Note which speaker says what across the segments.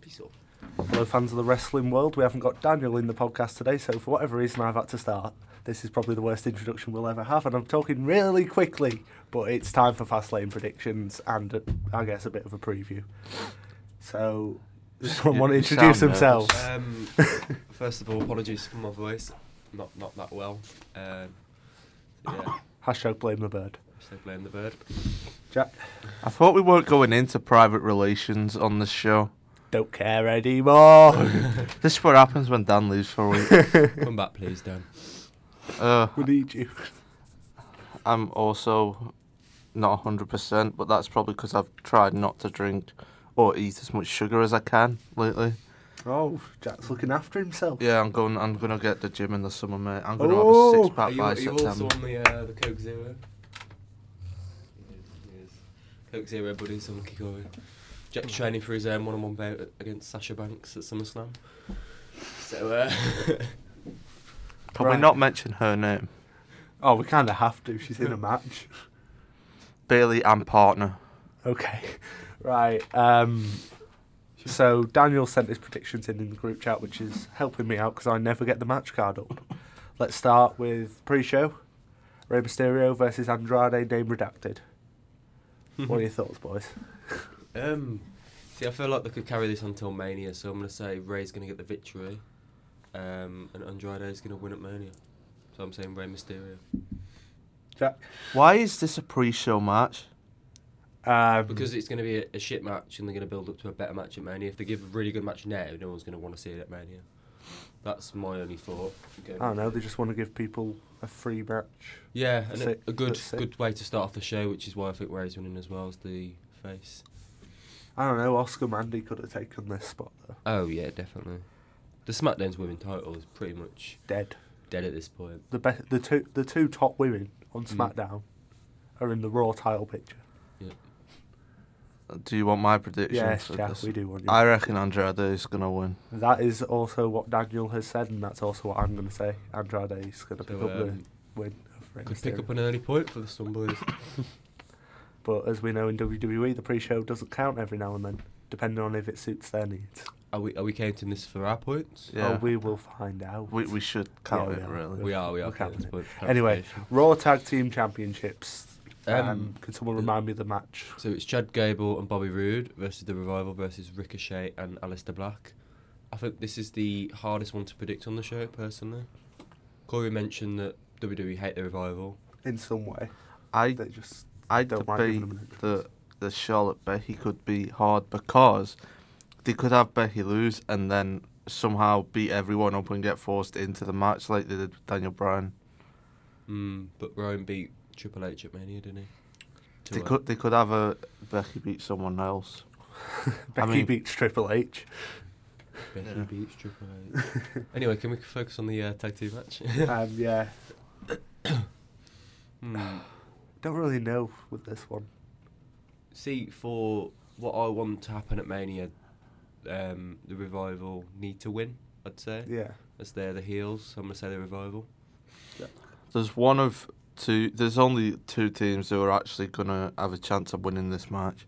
Speaker 1: piece up. Hello, fans of the wrestling world. We haven't got Daniel in the podcast today, so for whatever reason, I've had to start. This is probably the worst introduction we'll ever have, and I'm talking really quickly, but it's time for fast lane predictions and, uh, I guess, a bit of a preview. So, does someone
Speaker 2: You-
Speaker 1: want to
Speaker 2: you
Speaker 1: introduce
Speaker 2: sound nervous.
Speaker 1: themselves?
Speaker 3: Um, first of all, apologies for my voice. Not not that well. Um, yeah,
Speaker 1: Hashtag blame the bird.
Speaker 3: so blame the bird.
Speaker 1: Jack,
Speaker 2: I thought we weren't going into private relations on this show.
Speaker 1: don't care anymore.
Speaker 2: This is what happens when Dan leaves for a week.
Speaker 3: Come back, please, Dan.
Speaker 2: uh,
Speaker 1: we need you.
Speaker 2: I'm also not 100%, but that's probably because I've tried not to drink or eat as much sugar as I can lately.
Speaker 1: Oh, Jack's looking after himself.
Speaker 2: Yeah, I'm going. I'm gonna get the gym in the summer, mate. I'm gonna
Speaker 1: Oh!
Speaker 2: have a six
Speaker 3: Are
Speaker 2: pack
Speaker 3: you,
Speaker 2: by
Speaker 3: are you also
Speaker 2: September.
Speaker 3: on the uh, the Coke Zero? He is, he is. Coke Zero, buddy, some lucky going. Jack's training for his um, one-on-one bout against Sasha Banks at SummerSlam. So uh,
Speaker 2: Can
Speaker 1: Right.
Speaker 2: we not mention her name?
Speaker 1: Oh, we kind of have to. She's in a match.
Speaker 2: Bailey and partner.
Speaker 1: Okay, right. Um, so Daniel sent his predictions in in the group chat, which is helping me out because I never get the match card up. Let's start with pre-show: Rey Mysterio versus Andrade, name redacted.
Speaker 3: Mm-hmm.
Speaker 1: what are your thoughts, boys?
Speaker 3: um, see, I feel like they could carry this until Mania. So I'm gonna say Ray's gonna get the victory, um, and Andrade's gonna win at Mania. So I'm saying Ray Mysterio.
Speaker 1: Jack,
Speaker 2: Why is this a pre-show match?
Speaker 1: um,
Speaker 3: Because it's going to be a, a shit match and they're going to build up to a better match at Mania. If they give a really good match now, no one's going to want to see it at Mania. That's my only thought.
Speaker 1: I don't know, they just want to give people a free match.
Speaker 3: Yeah, and
Speaker 1: That's
Speaker 3: a,
Speaker 1: it.
Speaker 3: a good
Speaker 1: That's it.
Speaker 3: good way to start off the show, which is why I think Ray's winning as well as the face.
Speaker 1: I don't know. Oscar Mandy could have taken this spot though.
Speaker 3: Oh, yeah, definitely. The SmackDown's women title is pretty much
Speaker 1: Dead.
Speaker 3: dead at this point.
Speaker 1: The best, the two, the two top women on
Speaker 3: Mm.
Speaker 1: SmackDown are in the Raw title picture.
Speaker 2: Do you want my prediction?
Speaker 1: Yes,
Speaker 2: for
Speaker 1: Jack,
Speaker 2: this?
Speaker 1: we do want you.
Speaker 2: I reckon Andrade is gonna win.
Speaker 1: That is also what Daniel has said, and that's also what I'm going to say. Andrade is going to pick
Speaker 3: So,
Speaker 1: up the
Speaker 3: um,
Speaker 1: win. Of Rey
Speaker 3: Could pick
Speaker 1: Mysterio.
Speaker 3: up an early point for the Stumblers.
Speaker 1: But as we know in WWE, the pre-show doesn't count every now and then, depending on if it suits their needs.
Speaker 3: are, we, are we counting this for our points? Oh,
Speaker 2: Yeah.
Speaker 1: Oh, we will find out.
Speaker 2: We we should count
Speaker 1: Yeah,
Speaker 2: it
Speaker 1: yeah.
Speaker 2: really.
Speaker 3: We are, we
Speaker 1: We're
Speaker 3: are. counting
Speaker 1: counting
Speaker 3: this point for
Speaker 1: anyway,
Speaker 3: clarification.
Speaker 1: Raw Tag Team Championships. Um,
Speaker 3: Um,
Speaker 1: can someone
Speaker 3: the-
Speaker 1: remind me of the match?
Speaker 3: So it's Chad Gable and Bobby Roode versus The Revival versus Ricochet and Alistair Black. I think this is the hardest one to predict on the show, personally. Corey mentioned that WWE hate The Revival.
Speaker 1: In some way,
Speaker 2: I
Speaker 1: they just
Speaker 2: I
Speaker 1: don't
Speaker 2: debate
Speaker 1: mind giving them an
Speaker 2: that the Charlotte Becky could be hard because they could have Becky lose and then somehow beat everyone up and get forced into the match like they did with Daniel Bryan.
Speaker 3: Mm, but Rowan beat Triple H at Mania, didn't he? To
Speaker 2: They
Speaker 3: a-
Speaker 2: could they could have a Becky beat someone else.
Speaker 1: Becky
Speaker 2: mean-
Speaker 1: beats Triple H.
Speaker 3: Becky
Speaker 2: Yeah.
Speaker 3: beats Triple H. anyway, can we focus on the uh, tag team match?
Speaker 1: um, yeah,
Speaker 3: Hmm.
Speaker 1: don't really know with this one.
Speaker 3: See, for what I want to happen at Mania, um, The Revival need to win, I'd say.
Speaker 1: Yeah,
Speaker 3: As they're the heels, so I'm going to say The Revival.
Speaker 2: There's one of two. There's only two teams who are actually gonna have a chance of winning this match.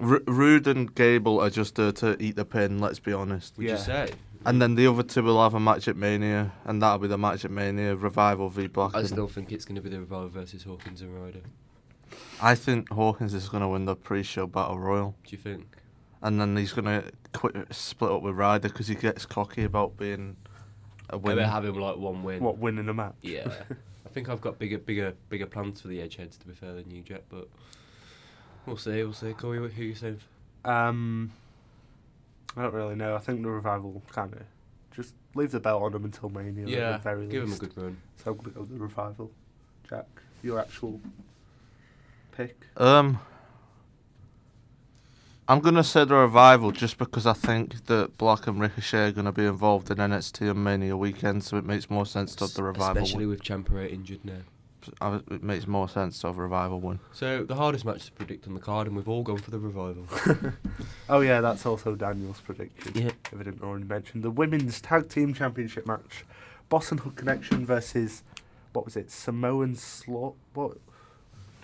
Speaker 2: R- Rude and Gable are just there to eat the pin. Let's be honest.
Speaker 3: Would
Speaker 1: Yeah.
Speaker 3: you say?
Speaker 2: And then the other two will have a match at Mania, and that'll be the match at Mania. Revival v Black.
Speaker 3: I still think it's going to be the Revival versus Hawkins and Ryder.
Speaker 2: I think Hawkins is going to win the pre-show battle royal,
Speaker 3: Do you think?
Speaker 2: and then he's going to quit split up with Ryder because he gets cocky about being a
Speaker 3: We're
Speaker 2: winner.
Speaker 3: having like one win.
Speaker 1: what winning a match?
Speaker 3: Yeah. I think I've got bigger, bigger, bigger plans for the Edgeheads. To be fair, than you, Jet, but we'll see. We'll see. Corey, who you saying?
Speaker 1: Um, I don't really know. I think the revival kind of just leave the belt on them until Mania. at
Speaker 3: yeah.
Speaker 1: the very
Speaker 3: give him a
Speaker 1: least.
Speaker 3: good run.
Speaker 1: So I'm gonna go with the revival. Jack, your actual pick.
Speaker 2: Um, I'm going to say the revival just because I think that Black and Ricochet are going to be involved in NXT and Mania weekend, so it makes more sense to have the revival.
Speaker 3: Especially
Speaker 2: win.
Speaker 3: with Champa injured now.
Speaker 2: I- It makes more sense to have revival win.
Speaker 3: So the hardest match to predict on the card, and we've all gone for the Revival.
Speaker 1: Oh yeah, that's also Daniel's prediction.
Speaker 3: Yeah.
Speaker 1: If I didn't already mention the women's tag team championship match, Boston Hood Connection versus what was it? Samoan Slaughter. What?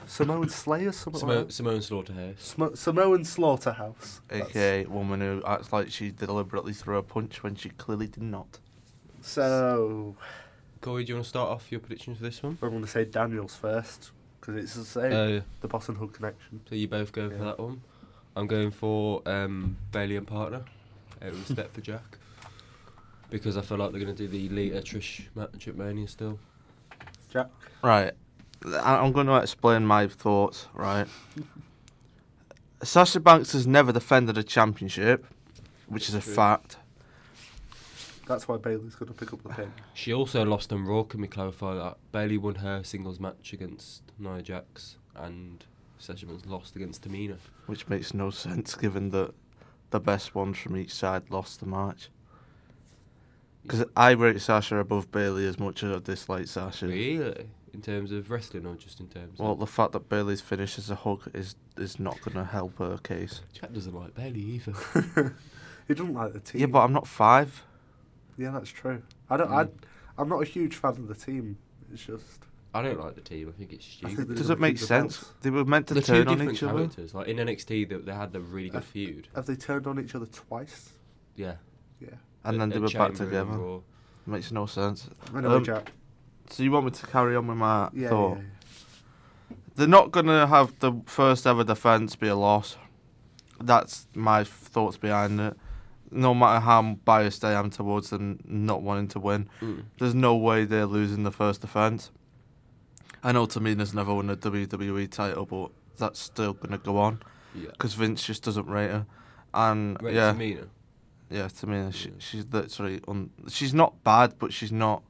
Speaker 1: Samoan Slayer, something
Speaker 3: Samo-
Speaker 1: like that.
Speaker 3: Simone Slaughterhouse.
Speaker 1: Smo- Samoan Slaughterhouse. That's-
Speaker 2: aka woman who acts like she deliberately threw a punch when she clearly did not.
Speaker 1: So
Speaker 3: Corey, do you want to start off your prediction for this one?
Speaker 1: I'm going to say Daniels first because it's the same.
Speaker 2: Oh,
Speaker 3: Uh,
Speaker 1: the Boston Hood connection.
Speaker 3: so you both go for
Speaker 1: Yeah.
Speaker 3: that one. I'm going for um, Bailey and partner out of respect for Jack because I feel like they're going to do the Lita Trish match at Mania still.
Speaker 1: Jack.
Speaker 2: Right. I- I'm going to explain my thoughts, right? Sasha Banks has never defended a championship, which is a
Speaker 3: True.
Speaker 2: fact.
Speaker 1: That's why Bailey's going to pick up the pin.
Speaker 3: She also lost on Raw. Can we clarify that? Bailey won her singles match against Nia Jax, and Sasha Banks lost against Tamina.
Speaker 2: which makes no sense given that the best ones from each side lost the match. Because I rate Sasha above Bailey as much as I dislike Sasha.
Speaker 3: Really? In terms of wrestling, or just in terms?
Speaker 2: Well,
Speaker 3: of
Speaker 2: the fact that Bailey's finish is a hug is is not going to help her case.
Speaker 3: Jack doesn't like Bailey either.
Speaker 1: he doesn't like the team.
Speaker 2: Yeah, but I'm not five.
Speaker 1: yeah, that's true. I don't.
Speaker 3: Mm.
Speaker 1: I, I'm not a huge fan of the team. It's just
Speaker 3: I don't like the team. I think it's
Speaker 1: I
Speaker 3: stupid.
Speaker 1: think
Speaker 2: Does
Speaker 1: Does it
Speaker 2: it make
Speaker 1: keep the
Speaker 2: sense?
Speaker 1: belts?
Speaker 2: They were meant to
Speaker 3: the two
Speaker 2: turn on
Speaker 3: different
Speaker 2: each other.
Speaker 3: characters. Like in NXT, they, they had the really good
Speaker 1: Uh,
Speaker 3: feud.
Speaker 1: have they turned on each other twice?
Speaker 3: Yeah.
Speaker 1: Yeah.
Speaker 2: And then
Speaker 3: at-
Speaker 2: they
Speaker 3: at
Speaker 2: were back
Speaker 3: Chamber and
Speaker 2: together.
Speaker 3: Raw.
Speaker 2: Makes no sense.
Speaker 1: Anyway,
Speaker 2: Um,
Speaker 1: Jack.
Speaker 2: So you want me to carry on with my
Speaker 1: Yeah,
Speaker 2: thought?
Speaker 1: yeah, yeah.
Speaker 2: They're not going to have the first ever defence be a loss. That's my f- thoughts behind it. No matter how biased I am towards them not wanting to win,
Speaker 3: Mm.
Speaker 2: there's no way they're losing the first defence. I know Tamina's never won a WWE title, but that's still going to go on
Speaker 3: Yeah.
Speaker 2: because Vince just doesn't rate her. And
Speaker 3: Right,
Speaker 2: yeah,
Speaker 3: Tamina.
Speaker 2: yeah, Tamina, she,
Speaker 3: Yeah.
Speaker 2: she's literally un- she's not bad, but she's not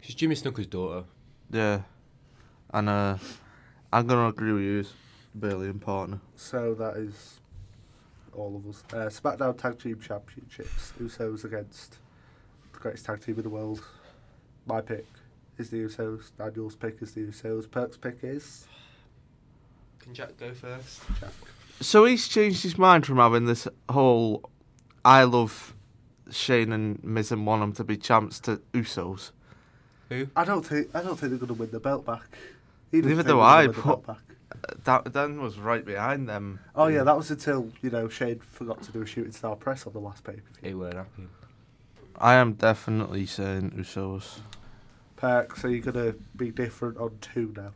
Speaker 3: She's Jimmy Snooker's daughter.
Speaker 2: yeah. And uh, I'm gonna agree with you, Bailey and partner.
Speaker 1: So that is all of us. Uh, SmackDown Tag Team Championships. Usos against the greatest tag team in the world. My pick is the Usos. Daniel's pick is the Usos. Perk's pick is
Speaker 3: Can Jack go first?
Speaker 1: Jack.
Speaker 2: So he's changed his mind from having this whole I love Shane and Miz and want 'em to be champs to Usos.
Speaker 3: Who?
Speaker 1: I don't think I don't think they're going to win the belt back. think
Speaker 2: Neither do
Speaker 1: they're gonna
Speaker 2: I,
Speaker 1: win the
Speaker 2: but- uh,
Speaker 1: belt back.
Speaker 2: That then was right behind them.
Speaker 1: Oh yeah, that was until you know Shane forgot to do a shooting star press on the last pay per
Speaker 3: It
Speaker 1: view.
Speaker 3: weren't happy.
Speaker 2: I am definitely saying Usos.
Speaker 1: Perk, so you're gonna be different on two now,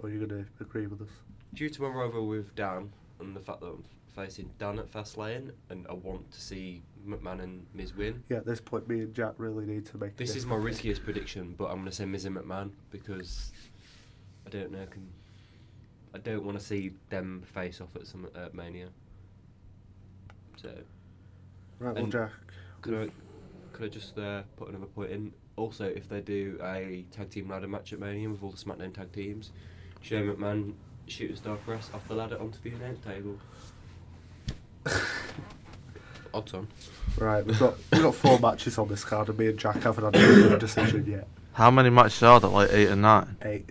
Speaker 1: or you're gonna agree with us?
Speaker 3: Due to my rival with Dan and the fact that I'm facing Dan at Fastlane, and I want to see McMahon and Miz win.
Speaker 1: Yeah, at this point, me and Jack really need to make. a
Speaker 3: This is my
Speaker 1: different pick.
Speaker 3: riskiest prediction, but I'm going to say Miz and McMahon because I don't know. Can I don't want to see them face off at some at Mania. So
Speaker 1: Right, well,
Speaker 3: and-
Speaker 1: Jack.
Speaker 3: could I could I just uh, put another point in? Also, if they do a tag team ladder match at Mania with all the SmackDown tag teams, Shane McMahon shooting star press off the ladder onto the announce table. Odds on.
Speaker 1: Right, we've got we've got four matches on this card, and me and Jack haven't had a definitive decision yet.
Speaker 2: How many matches are there? Like eight and nine.
Speaker 1: Eight.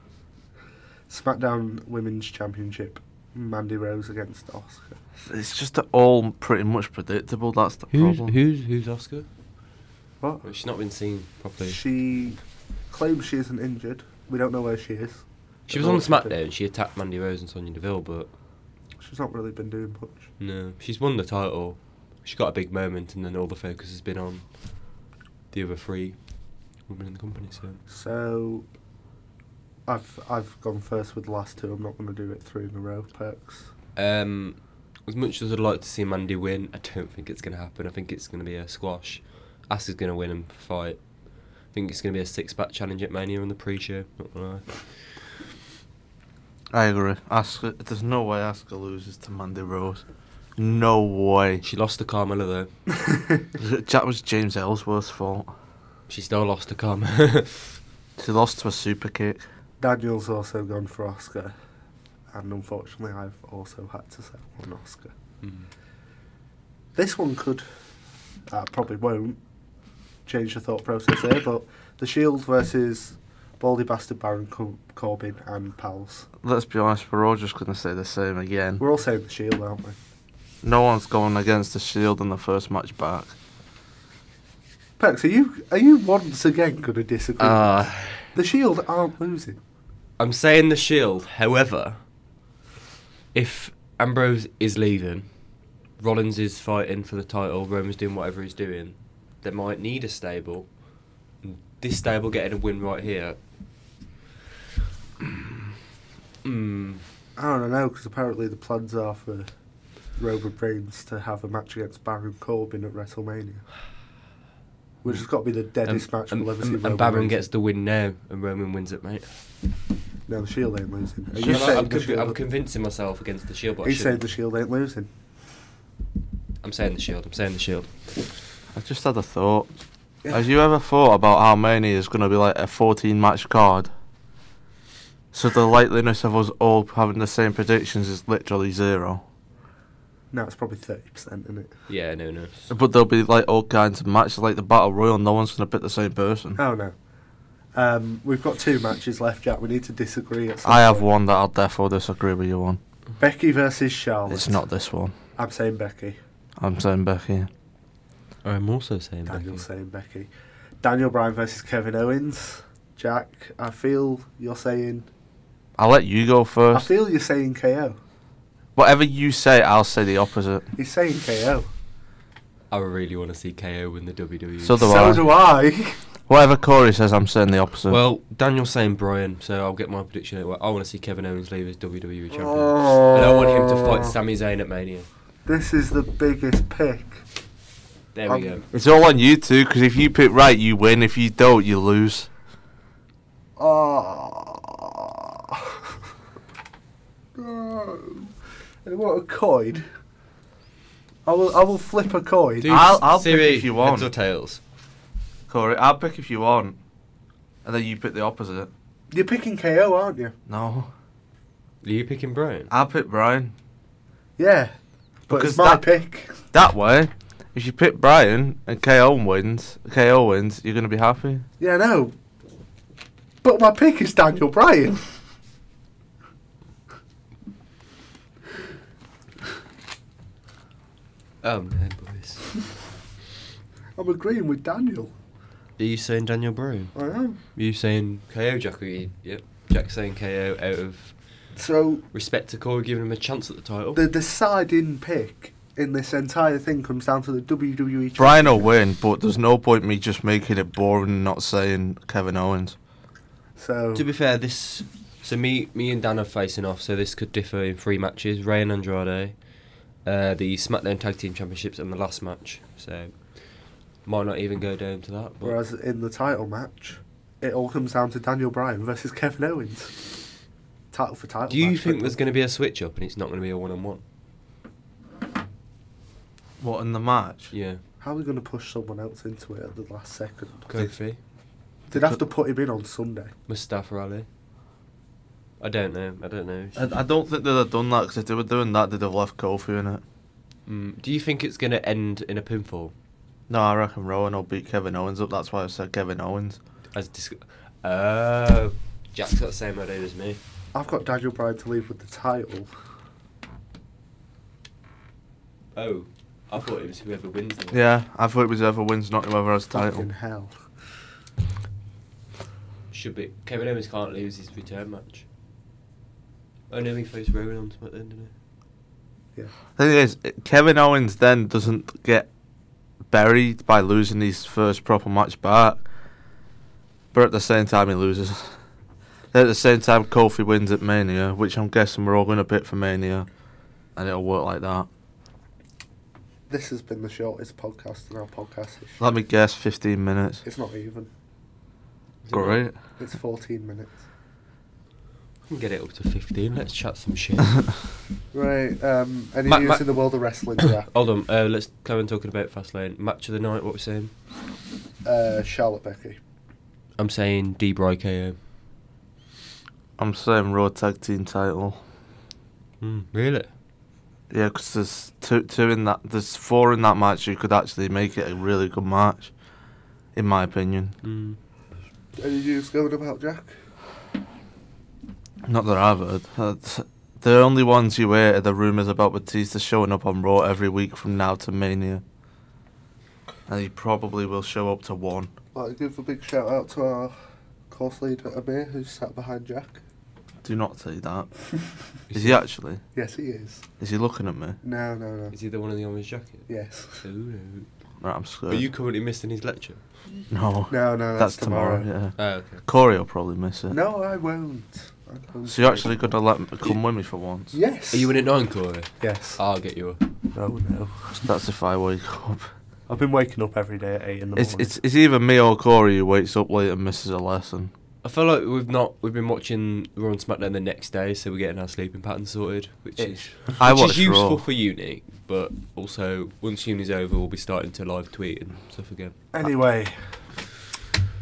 Speaker 1: SmackDown Women's Championship. Mandy Rose against Oscar.
Speaker 2: It's just that all pretty much predictable. That's the problem.
Speaker 3: who's who's Oscar?
Speaker 1: What?
Speaker 3: Well, she's not been seen properly.
Speaker 1: She claims she isn't injured. We don't know where she is.
Speaker 3: She was on SmackDown. She attacked Mandy Rose and Sonya Deville, but
Speaker 1: She's not really been doing much.
Speaker 3: no, she's won the title. She got a big moment, and then all the focus has been on the other three women in the company. So
Speaker 1: So, I've I've gone first with the last two. I'm not going to do it three in a row. Perks.
Speaker 3: Um, as much as I'd like to see Mandy win, I don't think it's going to happen. I think it's going to be a squash. Ass is going to win and fight. I think it's going to be a six-pack challenge at Mania on the pre-show. Not gonna lie.
Speaker 2: I agree. Asuka, there's no way Asuka loses to Mandy Rose. No way.
Speaker 3: She lost to Carmella though.
Speaker 2: That was James Ellsworth's fault.
Speaker 3: She still lost to Carmella.
Speaker 2: She lost to a super kick.
Speaker 1: Daniel's also gone for Oscar, and unfortunately, I've also had to settle on Oscar.
Speaker 3: Mm.
Speaker 1: This one could, uh, probably won't, change the thought process here, but the Shield versus Baldy Bastard Baron Cor- Corbin and pals.
Speaker 2: Let's be honest, we're all just going to say the same again.
Speaker 1: We're all saying the Shield, aren't we?
Speaker 2: No one's going against the Shield in the first match back.
Speaker 1: Perks, are you are you once again going to disagree?
Speaker 2: Uh,
Speaker 3: Ah.
Speaker 1: the Shield aren't losing.
Speaker 3: I'm saying the Shield. However, if Ambrose is leaving, Rollins is fighting for the title, Roman's doing whatever he's doing, they might need a stable. And This stable getting a win right here. mm.
Speaker 1: I don't know because apparently the plans are for Roman Reigns to have a match against Baron Corbin at WrestleMania, which has got to be the deadest match
Speaker 3: and,
Speaker 1: we'll ever see.
Speaker 3: and,
Speaker 1: Roman
Speaker 3: and Baron
Speaker 1: Reigns.
Speaker 3: gets the win now, and Roman wins it, mate.
Speaker 1: no, the Shield ain't losing. Are
Speaker 3: I'm,
Speaker 1: you saying
Speaker 3: I'm
Speaker 1: the
Speaker 3: convi-
Speaker 1: Shield-
Speaker 3: I'm convincing myself against the Shield, but I
Speaker 1: He's saying
Speaker 3: shouldn't.
Speaker 1: the Shield ain't losing.
Speaker 3: I'm saying the Shield. I'm saying the Shield.
Speaker 2: I just had a thought. Have you ever thought about how many is going to be like a 14 match card? So the likeliness of us all having the same predictions is literally zero.
Speaker 1: No, it's probably thirty percent, isn't it?
Speaker 3: Yeah, no, no.
Speaker 2: But there'll be like all kinds of matches, like the Battle Royal, no one's going to pick the same person.
Speaker 1: Oh no. Um, we've got two matches left, Jack. We need to disagree. At some
Speaker 2: I have
Speaker 1: point.
Speaker 2: one that I'll therefore disagree with you on.
Speaker 1: Becky versus Charlotte.
Speaker 2: It's not this one.
Speaker 1: I'm saying Becky.
Speaker 2: I'm saying Becky.
Speaker 3: I'm also saying
Speaker 1: Daniel's saying Becky. Daniel Bryan versus Kevin Owens. Jack, I feel you're saying.
Speaker 2: I'll let you go
Speaker 1: I
Speaker 2: first.
Speaker 1: feel you're saying KO.
Speaker 2: Whatever you say, I'll say the opposite.
Speaker 1: He's saying KO.
Speaker 3: I really want to see KO win the E. WWE.
Speaker 2: So the-
Speaker 1: so
Speaker 2: I.
Speaker 1: do I.
Speaker 2: Whatever Corey says, I'm saying the opposite.
Speaker 3: well, Daniel's saying Bryan, so I'll get my prediction. out. I want to see Kevin Owens leave as WWE champion. And I want him to fight Sami Zayn at Mania.
Speaker 1: Oh. This is the biggest pick.
Speaker 3: There
Speaker 1: Um,
Speaker 3: we go.
Speaker 2: it's all on you two, because if you pick right, you win. If you don't, you lose.
Speaker 1: Oh. no. And what a coin. I will. I will flip a coin.
Speaker 2: Dude. I'll- I'll pick Siri, if you want.
Speaker 3: Heads or tails.
Speaker 2: Corey, I'll pick if you want, and then you pick the opposite.
Speaker 1: You're picking KO, aren't you?
Speaker 2: No,
Speaker 3: Are you picking Bryan?
Speaker 2: I'll pick Brian.
Speaker 1: Yeah. But
Speaker 2: Because
Speaker 1: it's my
Speaker 2: that-
Speaker 1: pick.
Speaker 2: That way, if you pick Brian and KO wins, KO wins, you're gonna be happy.
Speaker 1: Yeah, I know. But my pick is Daniel Bryan.
Speaker 3: Oh no, boys.
Speaker 1: I'm agreeing with Daniel.
Speaker 3: Are you saying Daniel Bryan?
Speaker 1: I am.
Speaker 3: Are you saying KO, Jack? Are you, yep. Jack's saying KO out of
Speaker 1: So
Speaker 3: respect to Corey, giving him a chance at the title.
Speaker 1: the deciding pick in this entire thing comes down to the E WWE.
Speaker 2: Brian will win, but there's no point me just making it boring and not saying Kevin Owens.
Speaker 1: So
Speaker 3: To be fair, this so me me and Dan are facing off, so this could differ in three matches: Ray and Andrade, uh, the SmackDown Tag Team Championships, and the last match. So might not even go down to that. But
Speaker 1: whereas in the title match, it all comes down to Daniel Bryan versus Kevin Owens. Title for title.
Speaker 3: do you
Speaker 1: match,
Speaker 3: think
Speaker 1: but-
Speaker 3: there's going to be a switch up and it's not going to be a one on one?
Speaker 2: What in the match?
Speaker 3: Yeah,
Speaker 1: How are we going to push someone else into it at the last second?
Speaker 3: Kofi,
Speaker 1: They'd have to put him in on Sunday.
Speaker 3: Mustafa Ali. I don't know. I don't know.
Speaker 2: I, I don't think they'd have done that because if they were doing that, they'd have left Kofi in it.
Speaker 3: Mm, do you think it's going to end in a pinfall?
Speaker 2: No, I reckon Rowan will beat Kevin Owens up. That's why I said Kevin Owens.
Speaker 3: As dis- oh, Jack's got the same idea as me.
Speaker 1: I've got Daniel Bryan to leave with the title.
Speaker 3: Oh, I thought it was whoever wins. the-
Speaker 2: Yeah, I thought it was whoever wins, not whoever has title.
Speaker 1: Fucking hell.
Speaker 3: Should be. Kevin Owens can't lose his return match. Oh no, he faced Roman on SmackDown, didn't
Speaker 2: Thing is, Kevin Owens then doesn't get buried by losing his first proper match back, but at the same time he loses. Then at the same time, Kofi wins at Mania, which I'm guessing we're all going to pick for Mania, and it'll work like that.
Speaker 1: This has been the shortest podcast in our podcast history.
Speaker 2: Let me guess, 15 minutes.
Speaker 1: It's not even.
Speaker 3: he?
Speaker 2: Great.
Speaker 1: It's 14 minutes.
Speaker 3: We can get it up to 15. Let's chat some shit.
Speaker 1: Right. Um, any
Speaker 3: Ma-
Speaker 1: news
Speaker 3: ma-
Speaker 1: in the world of wrestling, Jack?
Speaker 3: Hold on. Uh, let's go on talking about Fastlane. Match of the night, what we're saying?
Speaker 1: Uh, Charlotte Becky.
Speaker 3: I'm saying D Bry KO.
Speaker 2: I'm saying Raw Tag Team title.
Speaker 3: Mm, really?
Speaker 2: Yeah, 'cause there's two, two in that. There's four in that match. You could actually make it a really good match, in my opinion.
Speaker 3: Mm.
Speaker 1: Any news going about Jack?
Speaker 2: Not that I've heard. Uh, t- The only ones you hear are the rumours about Batista showing up on Raw every week from now to Mania. And he probably will show up to one.
Speaker 1: Like, give a big shout out to our course leader Amir, who's sat behind Jack.
Speaker 2: Do not say that.
Speaker 3: Is
Speaker 2: Is
Speaker 3: he-
Speaker 2: he actually?
Speaker 1: Yes, he is.
Speaker 2: Is he looking at me?
Speaker 1: No, no, no.
Speaker 3: Is he the one in the orange jacket?
Speaker 1: Yes.
Speaker 3: Oh, no.
Speaker 2: Right, I'm scared.
Speaker 3: Are you currently missing his lecture?
Speaker 2: No,
Speaker 1: No, no,
Speaker 2: that's tomorrow. Yeah.
Speaker 3: Oh, okay.
Speaker 2: Corey will probably miss it.
Speaker 1: No, I won't. I won't.
Speaker 2: So you're actually gonna let me come with me for once?
Speaker 1: Yes.
Speaker 3: Are you in at nine, Corey?
Speaker 1: Yes.
Speaker 3: I'll get you up.
Speaker 1: No, Oh, no.
Speaker 2: That's if I wake up.
Speaker 1: I've been waking up every day at eight in the
Speaker 2: It's
Speaker 1: morning.
Speaker 2: it's it's either me or Corey who wakes up late and misses a lesson.
Speaker 3: I feel like we've not we've been watching Raw and SmackDown the next day, so we're getting our sleeping pattern sorted, which is
Speaker 1: Ish.
Speaker 2: I
Speaker 3: which is
Speaker 2: watched
Speaker 3: useful
Speaker 2: Raw.
Speaker 3: for uni, but also once uni's over, we'll be starting to live tweet and stuff again.
Speaker 1: Anyway,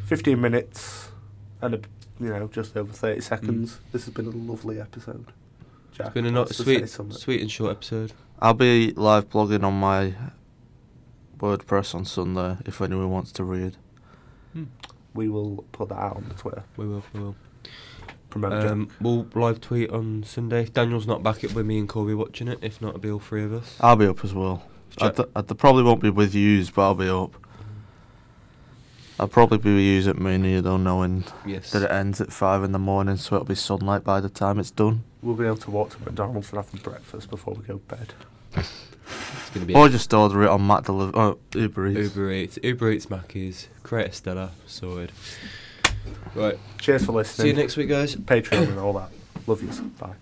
Speaker 1: fifteen minutes and a, you know just over thirty seconds. This has been a lovely episode.
Speaker 3: Mm.
Speaker 1: Jack,
Speaker 3: it's been a not
Speaker 1: wants to say
Speaker 3: sweet,
Speaker 1: something.
Speaker 3: sweet and short episode.
Speaker 2: I'll be live blogging on my WordPress on Sunday if anyone wants to read.
Speaker 1: We will put that out on Twitter.
Speaker 3: We will, we will.
Speaker 1: Promote
Speaker 3: Um, we'll live tweet on Sunday. If Daniel's not back, it'll be me and Corby watching it. If not, it'll be all three of us.
Speaker 2: I'll be up as well.
Speaker 3: If
Speaker 2: I,
Speaker 3: Jack-
Speaker 2: d- I d- probably won't be with yous, but I'll be up. I'll probably be with yous at Mooney, though, knowing
Speaker 3: yes.
Speaker 2: that it ends at five in the morning, so it'll be sunlight by the time it's done.
Speaker 1: We'll be able to walk to McDonald's and have some breakfast before we go to bed.
Speaker 3: It's gonna be
Speaker 2: Or just order it on Mac Deliver oh, Uber Eats.
Speaker 3: Uber Eats, Uber Eats Mackies, Creator Stella, sorted. Right.
Speaker 1: Cheers for listening.
Speaker 3: See you next week, guys.
Speaker 1: Patreon and all that. Love you. Bye.